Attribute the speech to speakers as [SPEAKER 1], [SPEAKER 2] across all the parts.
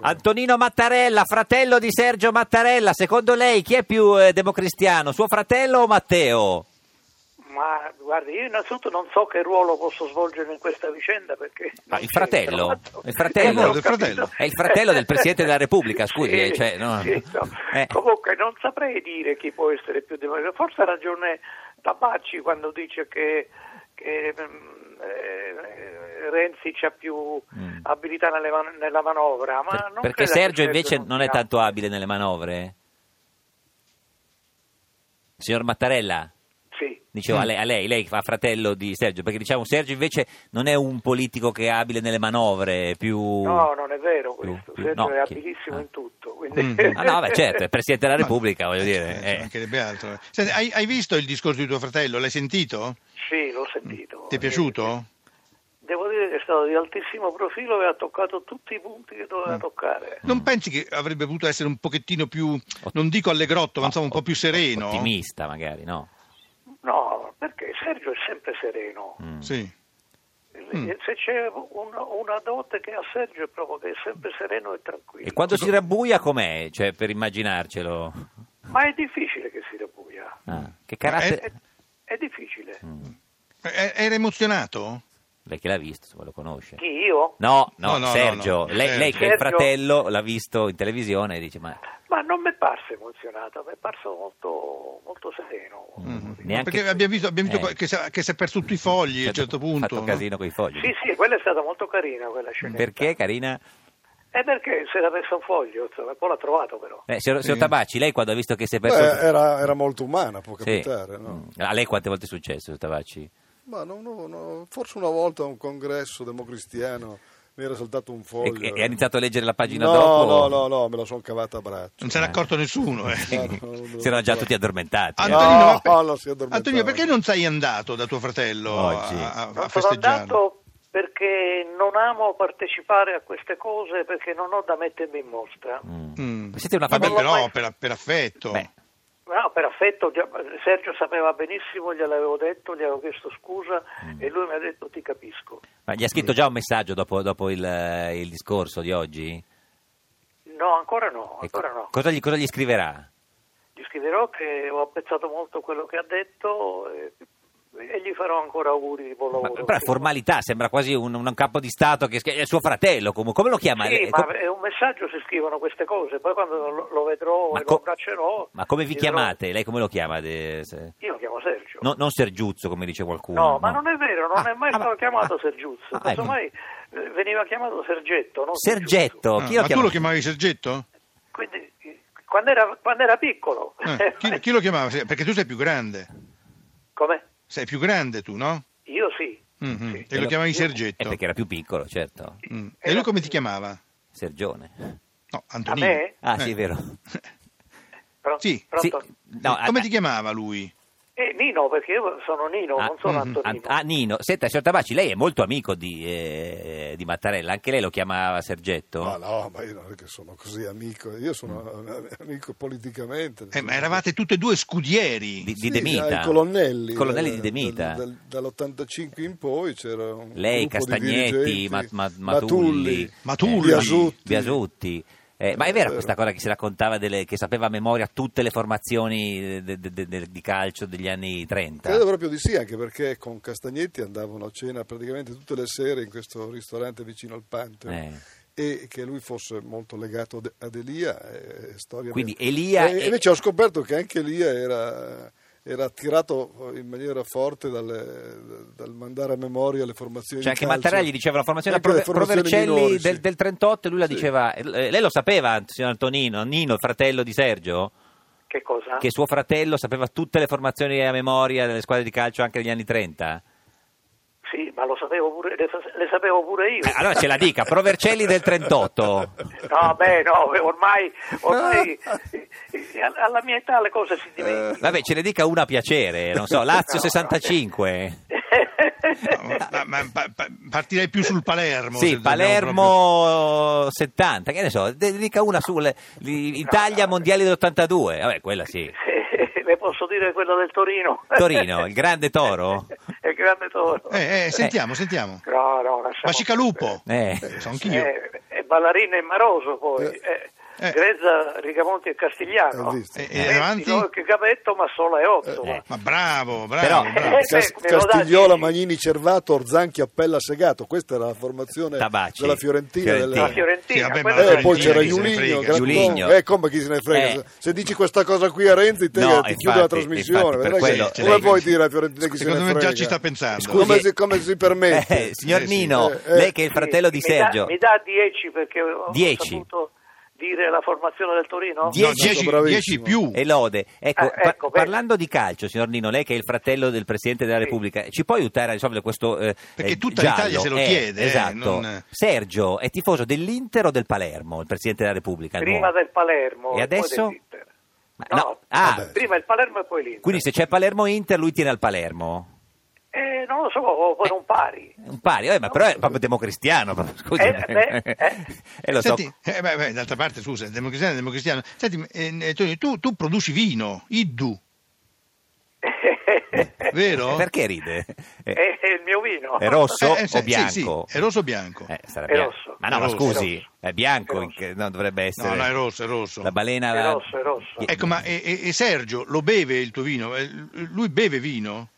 [SPEAKER 1] Ecco.
[SPEAKER 2] Antonino Mattarella, fratello di Sergio Mattarella, secondo lei chi è più eh, democristiano, suo fratello o Matteo?
[SPEAKER 1] Ma guardi, io innanzitutto non so che ruolo posso svolgere in questa vicenda perché...
[SPEAKER 2] No,
[SPEAKER 1] non
[SPEAKER 2] il
[SPEAKER 1] c'entro,
[SPEAKER 2] fratello,
[SPEAKER 1] ma-
[SPEAKER 2] il fratello,
[SPEAKER 1] Eh, non ho
[SPEAKER 3] il
[SPEAKER 1] capito.
[SPEAKER 3] fratello.
[SPEAKER 2] È il fratello del Presidente della Repubblica, scusi,
[SPEAKER 1] Sì,
[SPEAKER 2] eh, cioè, no.
[SPEAKER 1] sì, no.
[SPEAKER 2] Eh.
[SPEAKER 1] Comunque non saprei dire chi può essere più democratico. Forse ha ragione Tabacci quando dice che, che, mm, eh, Renzi ha più abilità nelle man- nella manovra. Ma non
[SPEAKER 2] Mm. Perché
[SPEAKER 1] credo che
[SPEAKER 2] Sergio invece non è
[SPEAKER 1] sia.
[SPEAKER 2] tanto abile nelle manovre? Signor Mattarella,
[SPEAKER 1] Sì.
[SPEAKER 3] Mm.
[SPEAKER 2] dicevo a lei, a lei, lei fa fratello di Sergio, perché diciamo Sergio invece non è un politico che è abile nelle manovre, è più...
[SPEAKER 1] No, non è vero questo.
[SPEAKER 2] più-
[SPEAKER 1] Sergio
[SPEAKER 2] Uh. no,
[SPEAKER 1] è
[SPEAKER 2] chi-
[SPEAKER 1] abilissimo
[SPEAKER 2] ah.
[SPEAKER 1] in tutto. quindi-
[SPEAKER 3] Mm.
[SPEAKER 2] Ah, no, beh, certo, è il Presidente della
[SPEAKER 3] Ma-
[SPEAKER 2] Repubblica, voglio dire.
[SPEAKER 3] Certo,
[SPEAKER 2] eh.
[SPEAKER 3] mancherebbe altro. Senti, hai, hai visto il discorso di tuo fratello? L'hai sentito?
[SPEAKER 1] Sì, l'ho sentito.
[SPEAKER 3] Ti è piaciuto?
[SPEAKER 1] Devo dire che è stato di altissimo profilo e ha toccato tutti i punti che doveva
[SPEAKER 2] Mm.
[SPEAKER 1] toccare.
[SPEAKER 3] Non pensi che avrebbe potuto essere un pochettino più, non dico allegrotto, ma insomma un po' più sereno?
[SPEAKER 2] Ottimista, magari, no?
[SPEAKER 1] No, perché Sergio è sempre sereno.
[SPEAKER 2] Mm.
[SPEAKER 3] Sì. Mm.
[SPEAKER 1] Se c'è un- una dote che ha Sergio è proprio che è sempre sereno e tranquillo.
[SPEAKER 2] E quando si rabbuia com'è? Cioè, per immaginarcelo.
[SPEAKER 1] Ma è difficile che si rabbuia.
[SPEAKER 2] Ah, che carattere...
[SPEAKER 3] Eh,
[SPEAKER 1] È difficile.
[SPEAKER 2] Mm.
[SPEAKER 3] E- Eh, Era emozionato?
[SPEAKER 2] Lei che l'ha visto, insomma, lo conosce.
[SPEAKER 1] Chi io?
[SPEAKER 2] No, no,
[SPEAKER 3] No, no,
[SPEAKER 2] Sergio,
[SPEAKER 3] no, Eh, no.
[SPEAKER 2] Lei, lei che è il
[SPEAKER 1] Sergio.
[SPEAKER 2] fratello l'ha visto in televisione e dice, ma
[SPEAKER 1] Ma non mi è parso emozionato, mi è parso molto, molto sereno.
[SPEAKER 2] neanche...
[SPEAKER 3] Perché abbiamo visto, abbiamo visto
[SPEAKER 2] Eh,
[SPEAKER 3] che, si è, che si è perso tutti i fogli a un
[SPEAKER 2] certo,
[SPEAKER 3] certo
[SPEAKER 2] Ha
[SPEAKER 3] punto.
[SPEAKER 2] fatto
[SPEAKER 3] no?
[SPEAKER 2] casino con i fogli.
[SPEAKER 1] Sì, sì, quella è stata molto carina quella scena.
[SPEAKER 2] Perché, carina?
[SPEAKER 1] È perché si era messo un foglio, insomma, poi l'ha trovato però.
[SPEAKER 2] Eh, signor,
[SPEAKER 3] Sì.
[SPEAKER 2] signor Tabacci, lei quando ha visto che si è
[SPEAKER 4] Beh,
[SPEAKER 2] perso...
[SPEAKER 4] era, era molto umana, Eh, può
[SPEAKER 2] Sì.
[SPEAKER 4] capitare. no?
[SPEAKER 2] Mm. A lei quante volte è successo, signor Tabacci?
[SPEAKER 4] Ma no, no, no, forse una volta a un congresso democristiano mi era saltato un
[SPEAKER 2] E,
[SPEAKER 4] foglio.
[SPEAKER 2] e- e ha iniziato a leggere la pagina
[SPEAKER 4] no,
[SPEAKER 2] dopo?
[SPEAKER 4] No, no, no, me la sono cavata a braccio. Ah,
[SPEAKER 3] Non se n'è accorto nessuno. eh.
[SPEAKER 2] Si erano già tutti addormentati. eh.
[SPEAKER 4] No,
[SPEAKER 3] Antonino, ma per-
[SPEAKER 4] no, si è addormentato.
[SPEAKER 3] Antonino, perché non sei andato da tuo fratello
[SPEAKER 2] Oggi.
[SPEAKER 3] a, a- a
[SPEAKER 1] Non sono
[SPEAKER 3] festeggiare?
[SPEAKER 1] andato perché non amo partecipare a queste cose perché non ho da mettermi in mostra.
[SPEAKER 3] Mm.
[SPEAKER 2] Siete una
[SPEAKER 3] Vabbè,
[SPEAKER 2] famiglia-
[SPEAKER 3] però per, per affetto.
[SPEAKER 2] Beh,
[SPEAKER 1] No, Ah, per affetto, già- Sergio sapeva benissimo, gliel'avevo detto, gli avevo chiesto scusa
[SPEAKER 2] Mm.
[SPEAKER 1] e lui mi ha detto ti capisco.
[SPEAKER 2] Ma gli ha scritto già un messaggio dopo, dopo il, eh, il discorso di oggi?
[SPEAKER 1] No, ancora no,
[SPEAKER 2] Ecco,
[SPEAKER 1] ancora no.
[SPEAKER 2] Cosa, gli, cosa gli scriverà?
[SPEAKER 1] Gli scriverò che ho apprezzato molto quello che ha detto e, e gli farò ancora auguri di buon
[SPEAKER 2] Ma-
[SPEAKER 1] lavoro.
[SPEAKER 2] però è formalità, sembra quasi un, un capo di Stato che schi- è suo fratello comunque. Come lo chiama?
[SPEAKER 1] Sì,
[SPEAKER 2] Eh,
[SPEAKER 1] ma
[SPEAKER 2] com-
[SPEAKER 1] è un messaggio si scrivono queste cose, poi quando lo, lo vedrò
[SPEAKER 2] Ma
[SPEAKER 1] e
[SPEAKER 2] co-
[SPEAKER 1] lo abbraccerò...
[SPEAKER 2] ma come vi
[SPEAKER 1] gli dirò-
[SPEAKER 2] chiamate? Lei come lo chiama? De- se-
[SPEAKER 1] Io mi chiamo Sergio.
[SPEAKER 2] no- non Sergiuzzo, come dice qualcuno.
[SPEAKER 1] No, ma non è vero, non
[SPEAKER 2] Ah,
[SPEAKER 1] è mai
[SPEAKER 2] ah,
[SPEAKER 1] stato
[SPEAKER 2] ma-
[SPEAKER 1] chiamato
[SPEAKER 2] ah,
[SPEAKER 1] Sergiuzzo.
[SPEAKER 2] ah, ecco.
[SPEAKER 1] Casomai eh, veniva chiamato Sergetto. non Sergiuzzo.
[SPEAKER 2] Sergetto,
[SPEAKER 3] Ah,
[SPEAKER 2] chi lo
[SPEAKER 3] ma tu
[SPEAKER 2] chiama?
[SPEAKER 3] lo chiamavi Sergetto?
[SPEAKER 1] Quindi, eh, quando era, quando era piccolo.
[SPEAKER 3] Eh, chi, chi lo chiamava? Sì, Perché tu sei più grande.
[SPEAKER 1] Come?
[SPEAKER 3] Sei più grande tu, no?
[SPEAKER 1] Io sì.
[SPEAKER 3] Mhm.
[SPEAKER 1] Sì.
[SPEAKER 3] E lo chiamavi
[SPEAKER 2] Eh,
[SPEAKER 3] Sergetto.
[SPEAKER 2] perché era più piccolo, certo.
[SPEAKER 3] Mm. E lui come ti chiamava?
[SPEAKER 2] Sergione.
[SPEAKER 3] No,
[SPEAKER 1] A
[SPEAKER 3] Antonino.
[SPEAKER 1] me?
[SPEAKER 2] Ah,
[SPEAKER 3] Eh.
[SPEAKER 2] sì, è vero.
[SPEAKER 1] Pro-
[SPEAKER 3] Sì,
[SPEAKER 1] pronto?
[SPEAKER 2] Sì, no, ah,
[SPEAKER 3] come
[SPEAKER 2] ah,
[SPEAKER 3] ti chiamava lui?
[SPEAKER 1] Eh, Nino, perché io sono Nino,
[SPEAKER 2] Ah,
[SPEAKER 1] non sono
[SPEAKER 3] mm,
[SPEAKER 1] Antonino.
[SPEAKER 2] Ah, ah, Nino, senta, signor Tabacci, lei è molto amico di, eh, di Mattarella, anche lei lo chiamava Sergetto?
[SPEAKER 4] Ma no, ma io non è che sono così amico, io sono
[SPEAKER 2] Mm.
[SPEAKER 4] eh, amico politicamente.
[SPEAKER 3] Eh, ma eravate tutte e due scudieri.
[SPEAKER 2] Di, di
[SPEAKER 4] Sì,
[SPEAKER 2] De Mita?
[SPEAKER 4] ai colonnelli.
[SPEAKER 2] Colonnelli di
[SPEAKER 4] eh,
[SPEAKER 2] De Mita.
[SPEAKER 4] dal- dal- dall'85 in poi c'era un
[SPEAKER 2] Lei,
[SPEAKER 4] gruppo di
[SPEAKER 2] Castagnetti,
[SPEAKER 4] dirigenti,
[SPEAKER 2] Ma- Ma- Matulli,
[SPEAKER 3] Matulli.
[SPEAKER 4] eh, Biasutti.
[SPEAKER 2] Biasutti. Eh, ma è vera
[SPEAKER 4] Eh,
[SPEAKER 2] questa cosa che si raccontava delle- che sapeva a memoria tutte le formazioni de- de- de- de- di calcio degli anni 30?
[SPEAKER 4] Credo proprio di sì, anche perché con Castagnetti andavano a cena praticamente tutte le sere in questo ristorante vicino al Pantheon.
[SPEAKER 2] Eh.
[SPEAKER 4] E che lui fosse molto legato ad- ad Elia, è storia
[SPEAKER 2] Quindi
[SPEAKER 4] vera.
[SPEAKER 2] Elia
[SPEAKER 4] E-
[SPEAKER 2] è-
[SPEAKER 4] Invece ho scoperto che anche Elia era, era attirato in maniera forte dalle- dal mandare a memoria le formazioni
[SPEAKER 2] Cioè
[SPEAKER 4] di
[SPEAKER 2] anche
[SPEAKER 4] calcio.
[SPEAKER 2] Mattarella gli diceva la formazione a
[SPEAKER 4] Anche le formazioni
[SPEAKER 2] Provercelli
[SPEAKER 4] minori,
[SPEAKER 2] del,
[SPEAKER 4] sì.
[SPEAKER 2] del 38 e lui la
[SPEAKER 4] Sì.
[SPEAKER 2] diceva... eh, Lei lo sapeva, signor Antonino, Nino, il fratello di Sergio?
[SPEAKER 1] Che cosa?
[SPEAKER 2] Che suo fratello sapeva tutte le formazioni a memoria delle squadre di calcio anche degli anni 30?
[SPEAKER 1] Sì, ma lo sapevo pure, le, le sapevo pure io.
[SPEAKER 2] Eh, allora ce la dica, Provercelli del 38.
[SPEAKER 1] No, beh, no, ormai, ormai eh, eh, alla mia età le cose si dimenticano.
[SPEAKER 3] Eh.
[SPEAKER 2] Vabbè, ce ne dica una a piacere, non so, Lazio 65.
[SPEAKER 3] No, ma- ma- pa- pa- partirei più sul Palermo. se
[SPEAKER 2] Sì,
[SPEAKER 3] dobbiamo
[SPEAKER 2] Palermo 70, che ne so, de- dica una sulle li- Italia Mondiali dell'82. Vabbè, quella sì.
[SPEAKER 1] Eh, Le posso dire quello del Torino?
[SPEAKER 2] Torino, il grande toro?
[SPEAKER 1] il grande Toro.
[SPEAKER 3] Eh, proprio- Eh, eh, sentiamo, sentiamo.
[SPEAKER 1] No, no, lasciamo.
[SPEAKER 3] Bacicalupo.
[SPEAKER 2] Eh.
[SPEAKER 3] Eh, so anch'io.
[SPEAKER 1] Eh, eh, Ballarina e Maroso poi.
[SPEAKER 4] Eh.
[SPEAKER 1] eh,
[SPEAKER 3] Eh.
[SPEAKER 1] Grezza, Rigamonti e Castigliano.
[SPEAKER 4] Eh, visto.
[SPEAKER 3] E- e
[SPEAKER 1] Renzi,
[SPEAKER 3] avanti?
[SPEAKER 1] no, che Gabetto, ma solo è 8.
[SPEAKER 2] Eh.
[SPEAKER 3] Ma bravo,
[SPEAKER 2] Però-
[SPEAKER 3] bravo, bravo.
[SPEAKER 1] Eh,
[SPEAKER 4] Cas-
[SPEAKER 1] beh, però
[SPEAKER 4] Castigliola,
[SPEAKER 1] dai,
[SPEAKER 4] Magnini, Cervato, Orzanchi, Appella, Segato. Questa era la formazione
[SPEAKER 2] Tabacci.
[SPEAKER 4] della Fiorentina.
[SPEAKER 2] Fiorentina.
[SPEAKER 4] delle-
[SPEAKER 1] La Fiorentina.
[SPEAKER 3] Sì, vabbè,
[SPEAKER 1] quella-
[SPEAKER 3] ma la
[SPEAKER 4] Eh, poi c'era
[SPEAKER 3] Cioè, chi se ne
[SPEAKER 4] Iuligno,
[SPEAKER 3] frega.
[SPEAKER 4] Grattoni.
[SPEAKER 2] Iuligno.
[SPEAKER 4] Eh, come chi se ne frega?
[SPEAKER 2] Eh.
[SPEAKER 4] Se dici questa cosa qui a Renzi, te
[SPEAKER 2] No,
[SPEAKER 4] ti
[SPEAKER 2] infatti,
[SPEAKER 4] chiude la trasmissione.
[SPEAKER 2] infatti, per
[SPEAKER 4] vedrai che-
[SPEAKER 2] quello-
[SPEAKER 4] come
[SPEAKER 2] lei-
[SPEAKER 4] puoi dire a Fiorentina chi se
[SPEAKER 3] Secondo
[SPEAKER 4] ne
[SPEAKER 3] me
[SPEAKER 4] frega?
[SPEAKER 3] già ci sta pensando.
[SPEAKER 2] Scusi.
[SPEAKER 4] Come si, come si permette?
[SPEAKER 2] Eh, signor
[SPEAKER 3] Eh, sì.
[SPEAKER 2] Nino,
[SPEAKER 4] Eh, eh.
[SPEAKER 2] lei che è il fratello
[SPEAKER 1] sì,
[SPEAKER 2] di
[SPEAKER 1] mi dà-
[SPEAKER 2] Sergio.
[SPEAKER 1] Mi dà 10 perché ho
[SPEAKER 2] Dieci.
[SPEAKER 1] saputo dire la formazione del Torino.
[SPEAKER 2] Die-
[SPEAKER 3] No,
[SPEAKER 2] Dieci.
[SPEAKER 3] 10,
[SPEAKER 4] Bravissimo.
[SPEAKER 3] più.
[SPEAKER 2] E lode. Ecco,
[SPEAKER 1] Ah, ecco,
[SPEAKER 2] par-
[SPEAKER 1] bene.
[SPEAKER 2] parlando di calcio, signor Nino, lei che è il fratello del Presidente della
[SPEAKER 1] Sì.
[SPEAKER 2] Repubblica, ci può aiutare a risolvere questo eh,
[SPEAKER 3] Perché
[SPEAKER 2] eh,
[SPEAKER 3] tutta
[SPEAKER 2] giallo?
[SPEAKER 3] l'Italia se lo
[SPEAKER 2] Eh,
[SPEAKER 3] chiede, eh,
[SPEAKER 2] Esatto.
[SPEAKER 3] non-
[SPEAKER 2] Sergio è tifoso dell'Inter o del Palermo, il Presidente della Repubblica? il
[SPEAKER 1] prima
[SPEAKER 2] nuovo?
[SPEAKER 1] del Palermo.
[SPEAKER 2] E adesso?
[SPEAKER 1] Poi dell'Inter.
[SPEAKER 2] Ma-
[SPEAKER 1] no,
[SPEAKER 2] no, ah.
[SPEAKER 1] vabbè. prima il Palermo e poi l'Inter.
[SPEAKER 2] Quindi se c'è Palermo-Inter lui tiene al Palermo?
[SPEAKER 1] Eh, non lo so, o poi non pari.
[SPEAKER 2] Un pari, eh, ma però è proprio democristiano. proprio, scusi.
[SPEAKER 1] Eh, beh, eh.
[SPEAKER 2] Eh, lo so.
[SPEAKER 3] Senti, eh, beh, beh, d'altra parte, scusa, il democristiano è democristiano. Senti, eh, eh, Tonino, tu, tu produci vino, iddu,
[SPEAKER 2] Eh.
[SPEAKER 3] vero?
[SPEAKER 2] Perché ride? Eh,
[SPEAKER 1] è, è il mio vino.
[SPEAKER 2] È rosso
[SPEAKER 3] Eh, eh, sì,
[SPEAKER 2] o
[SPEAKER 3] sì,
[SPEAKER 2] bianco?
[SPEAKER 3] sì, è rosso o bianco?
[SPEAKER 2] Eh, sarà
[SPEAKER 1] È
[SPEAKER 2] bianco.
[SPEAKER 1] rosso.
[SPEAKER 2] Ma no,
[SPEAKER 3] È
[SPEAKER 2] ma
[SPEAKER 3] rosso.
[SPEAKER 2] scusi,
[SPEAKER 1] È rosso.
[SPEAKER 2] è bianco,
[SPEAKER 1] È
[SPEAKER 2] in
[SPEAKER 1] rosso.
[SPEAKER 2] che- no, dovrebbe essere.
[SPEAKER 3] No, no, è rosso, è rosso.
[SPEAKER 2] La balena...
[SPEAKER 1] È
[SPEAKER 2] la-
[SPEAKER 1] rosso, è rosso.
[SPEAKER 2] Eh,
[SPEAKER 3] Ecco, ma e, e- e Sergio lo beve il tuo vino? Eh, Lui beve vino?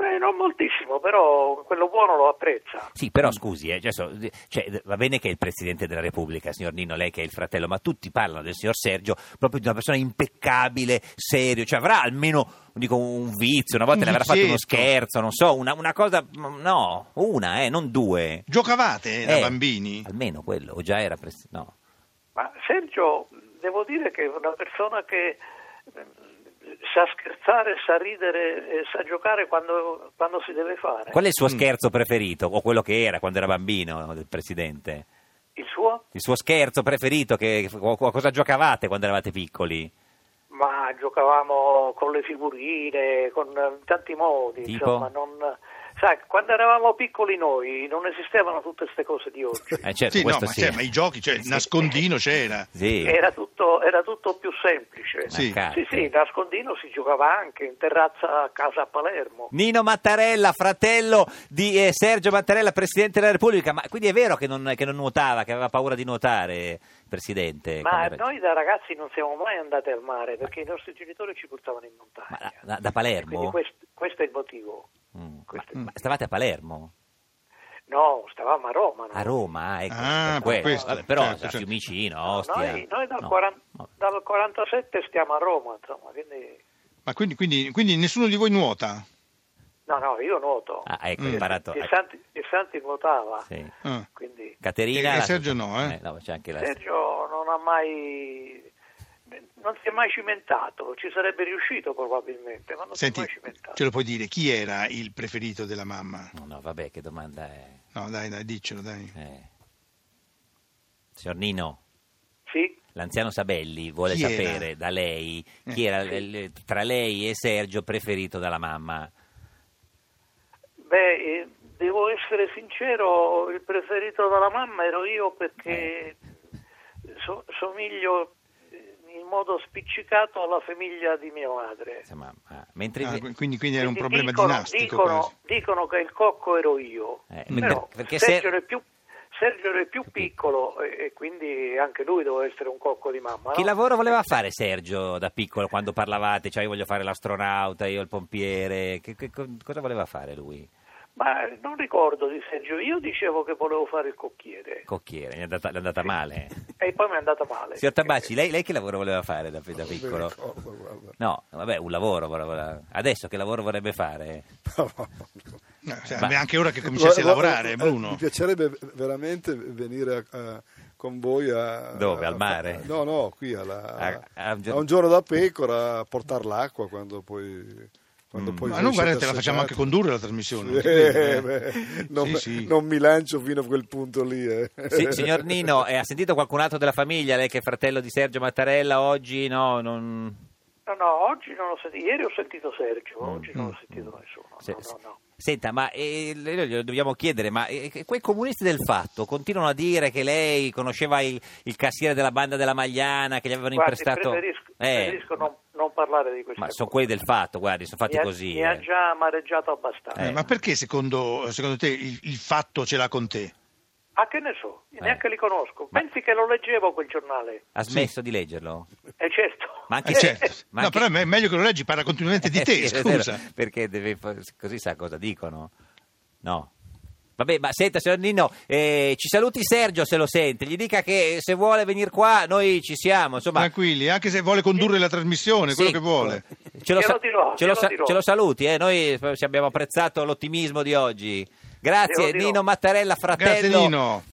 [SPEAKER 1] Beh, non moltissimo, però quello buono lo apprezza.
[SPEAKER 2] Sì, però scusi, eh, cioè, so- cioè, va bene che è il Presidente della Repubblica, signor Nino, lei che è il fratello, ma tutti parlano del signor Sergio proprio di una persona impeccabile, serio, cioè avrà almeno dico, un vizio, una volta
[SPEAKER 3] Un
[SPEAKER 2] le avrà fatto uno
[SPEAKER 3] vizietto.
[SPEAKER 2] scherzo, non so, una, una cosa, no, una, eh, non due.
[SPEAKER 3] Giocavate eh, da
[SPEAKER 2] Eh,
[SPEAKER 3] bambini?
[SPEAKER 2] Almeno quello, o già era Presidente, no.
[SPEAKER 1] Ma Sergio, devo dire che è una persona che eh, sa scherzare, sa ridere, e sa giocare quando, quando si deve fare.
[SPEAKER 2] Qual è il
[SPEAKER 3] Mm.
[SPEAKER 2] suo scherzo preferito, o quello che era quando era bambino del Presidente?
[SPEAKER 1] Il suo?
[SPEAKER 2] Il suo scherzo preferito, che, o- o a cosa giocavate quando eravate piccoli?
[SPEAKER 1] Ma giocavamo con le figurine, con eh, in tanti modi,
[SPEAKER 2] Tipo?
[SPEAKER 1] insomma, non... Sai, quando eravamo piccoli noi non esistevano tutte queste cose di oggi.
[SPEAKER 2] Eh, certo,
[SPEAKER 3] Sì, no,
[SPEAKER 2] questo
[SPEAKER 3] ma,
[SPEAKER 2] sì.
[SPEAKER 3] cioè, ma i giochi, cioè, il nascondino c'era.
[SPEAKER 2] Sì. Ah,
[SPEAKER 1] Era tutto, era tutto più semplice.
[SPEAKER 3] Sì.
[SPEAKER 2] Ma cazzo.
[SPEAKER 1] Eh, sì, sì, nascondino si giocava anche in terrazza a casa a Palermo.
[SPEAKER 2] Nino Mattarella, fratello di eh, Sergio Mattarella, Presidente della Repubblica. Ma quindi è vero che non, che non nuotava, che aveva paura di nuotare, Presidente?
[SPEAKER 1] Ma
[SPEAKER 2] quando era-
[SPEAKER 1] noi da ragazzi non siamo mai andati al mare perché i nostri genitori ci portavano in
[SPEAKER 2] Ma
[SPEAKER 1] montagna.
[SPEAKER 2] da, da- boh. da
[SPEAKER 1] Quindi
[SPEAKER 2] Palermo?
[SPEAKER 1] quest- questo è il motivo.
[SPEAKER 2] Mm. Ma-
[SPEAKER 1] questo-
[SPEAKER 2] ma stavate a Palermo?
[SPEAKER 1] No, stavamo a Roma. no?
[SPEAKER 2] A Roma? ah, Ecco,
[SPEAKER 3] Ah,
[SPEAKER 2] per
[SPEAKER 3] per
[SPEAKER 2] quello.
[SPEAKER 3] questo,
[SPEAKER 2] Vabbè, però
[SPEAKER 3] certo,
[SPEAKER 2] a
[SPEAKER 3] certo.
[SPEAKER 2] Fiumicino,
[SPEAKER 1] No,
[SPEAKER 2] Ostia.
[SPEAKER 1] Noi, noi dal,
[SPEAKER 2] No.
[SPEAKER 1] 40
[SPEAKER 2] No.
[SPEAKER 1] dal 47 stiamo a Roma, insomma, quindi...
[SPEAKER 3] Ma quindi, quindi- quindi nessuno di voi nuota?
[SPEAKER 1] No, no, io nuoto.
[SPEAKER 2] Ah, ecco,
[SPEAKER 3] Mm.
[SPEAKER 2] imparato.
[SPEAKER 1] e,
[SPEAKER 2] ecco,
[SPEAKER 1] Santi, e Santi nuotava.
[SPEAKER 2] sì.
[SPEAKER 3] Ah.
[SPEAKER 1] Quindi
[SPEAKER 2] Caterina.
[SPEAKER 3] E- e Sergio no, eh?
[SPEAKER 2] no, c'è anche la...
[SPEAKER 1] Sergio non ha mai... Non si è mai cimentato, ci sarebbe riuscito probabilmente, ma non
[SPEAKER 3] Senti,
[SPEAKER 1] si è mai cimentato.
[SPEAKER 3] ce lo puoi dire, chi era il preferito della mamma?
[SPEAKER 2] No, no, vabbè, che domanda è.
[SPEAKER 3] No, dai, dai, diccelo, dai.
[SPEAKER 2] eh. Signor Nino.
[SPEAKER 1] Sì?
[SPEAKER 2] L'anziano Sabelli vuole
[SPEAKER 3] Chi era?
[SPEAKER 2] sapere da lei chi
[SPEAKER 3] Eh.
[SPEAKER 2] era il- il- tra lei e Sergio preferito dalla mamma.
[SPEAKER 1] Beh, eh, devo essere sincero, il preferito dalla mamma ero io perché
[SPEAKER 3] Eh.
[SPEAKER 1] so- somiglio eh, in modo spiccicato alla famiglia di mia madre.
[SPEAKER 2] Insomma, ah, mentre
[SPEAKER 3] Ah, qu- quindi, quindi era un
[SPEAKER 1] Quindi
[SPEAKER 3] problema
[SPEAKER 1] dicono,
[SPEAKER 3] dinastico quasi.
[SPEAKER 1] Dicono, dicono che il cocco ero io,
[SPEAKER 2] Eh,
[SPEAKER 1] però
[SPEAKER 2] per- perché
[SPEAKER 1] Sergio,
[SPEAKER 2] Ser-
[SPEAKER 1] era più, Sergio era il più piccolo e, e quindi anche lui doveva essere un cocco di mamma.
[SPEAKER 2] che
[SPEAKER 1] no?
[SPEAKER 2] lavoro voleva fare Sergio da piccolo quando parlavate? Cioè io voglio fare l'astronauta, io il pompiere. Che, che- co- cosa voleva fare lui?
[SPEAKER 1] Ma non ricordo di Sergio, io dicevo che volevo fare il cocchiere
[SPEAKER 2] Cocchiere, gli è andata, le è andata male.
[SPEAKER 1] e poi mi è andata male.
[SPEAKER 2] Signor Tabacci, lei, lei che lavoro voleva fare da, da
[SPEAKER 4] Non mi
[SPEAKER 2] piccolo?
[SPEAKER 4] ricordo, guarda.
[SPEAKER 2] No, vabbè, un lavoro. voleva- Adesso che lavoro vorrebbe fare?
[SPEAKER 3] No, cioè,
[SPEAKER 2] Ma-
[SPEAKER 3] beh, anche ora che cominciassi a
[SPEAKER 4] Guarda,
[SPEAKER 3] lavorare,
[SPEAKER 4] eh, Mi
[SPEAKER 3] Bruno.
[SPEAKER 4] piacerebbe veramente venire a- a- con voi a...
[SPEAKER 2] Dove? Al
[SPEAKER 4] a-
[SPEAKER 2] mare?
[SPEAKER 4] no, no, qui alla-
[SPEAKER 2] A-
[SPEAKER 4] a,
[SPEAKER 2] a un giorno-
[SPEAKER 4] un giorno da pecora a portare l'acqua quando poi... Quando poi
[SPEAKER 3] Mm. Ma
[SPEAKER 4] voi
[SPEAKER 3] noi
[SPEAKER 4] siete
[SPEAKER 3] guarda, te la facciamo anche
[SPEAKER 4] assecati.
[SPEAKER 3] condurre la trasmissione. non ti
[SPEAKER 4] Eh,
[SPEAKER 3] credi, eh?
[SPEAKER 4] beh, non,
[SPEAKER 3] Sì, sì.
[SPEAKER 4] non mi lancio fino a quel punto lì. eh.
[SPEAKER 2] Sì, signor Nino, eh, ha sentito qualcun altro della famiglia? Lei che è fratello di Sergio Mattarella oggi? No, non...
[SPEAKER 1] No, no, oggi non ho sentito, ieri ho sentito Sergio, oggi non ho sentito nessuno.
[SPEAKER 2] Mm, Se-
[SPEAKER 1] no,
[SPEAKER 2] se-
[SPEAKER 1] no, no.
[SPEAKER 2] Senta, ma eh, le- le- glielo dobbiamo chiedere, ma eh, que- quei comunisti del fatto continuano a dire che lei conosceva il, il cassiere della banda della Magliana, che gli avevano
[SPEAKER 1] Guardi,
[SPEAKER 2] imprestato...
[SPEAKER 1] preferisco,
[SPEAKER 2] Eh,
[SPEAKER 1] preferisco non, non parlare di questo.
[SPEAKER 2] ma sono quelli del fatto, guardi, sono fatti
[SPEAKER 1] mi ha,
[SPEAKER 2] così.
[SPEAKER 1] Mi ha
[SPEAKER 2] eh.
[SPEAKER 1] già amareggiato abbastanza.
[SPEAKER 2] Eh.
[SPEAKER 3] Eh, Ma perché secondo, secondo te il, il fatto ce l'ha con te?
[SPEAKER 1] Ma Ah, che ne so, io
[SPEAKER 2] Eh.
[SPEAKER 1] neanche li conosco.
[SPEAKER 2] Ma-
[SPEAKER 1] Pensi che lo leggevo quel giornale?
[SPEAKER 2] Ha smesso di leggerlo?
[SPEAKER 1] E certo.
[SPEAKER 2] Ma anche
[SPEAKER 3] Eh,
[SPEAKER 2] se-
[SPEAKER 3] certo.
[SPEAKER 2] ma
[SPEAKER 3] no,
[SPEAKER 2] anche-
[SPEAKER 3] però è meglio che lo leggi, parla continuamente di te,
[SPEAKER 2] Eh, sì, è vero,
[SPEAKER 3] scusa.
[SPEAKER 2] perché deve fa- così sa cosa dicono. No. Vabbè, ma senta, signor Nino, eh, ci saluti Sergio se lo sente, gli dica che se vuole venire qua noi ci siamo, insomma.
[SPEAKER 3] Tranquilli, anche se vuole condurre la trasmissione, quello
[SPEAKER 2] Sì.
[SPEAKER 3] che vuole.
[SPEAKER 2] Ce lo,
[SPEAKER 1] Glielo
[SPEAKER 2] sa-
[SPEAKER 1] dirò,
[SPEAKER 2] ce lo
[SPEAKER 1] glielo
[SPEAKER 2] sa-
[SPEAKER 1] dirò.
[SPEAKER 2] ce lo saluti, eh, noi ci abbiamo apprezzato l'ottimismo di oggi. Grazie
[SPEAKER 1] Glielo dirò.
[SPEAKER 2] Nino Mattarella, fratello.
[SPEAKER 3] Grazie Nino.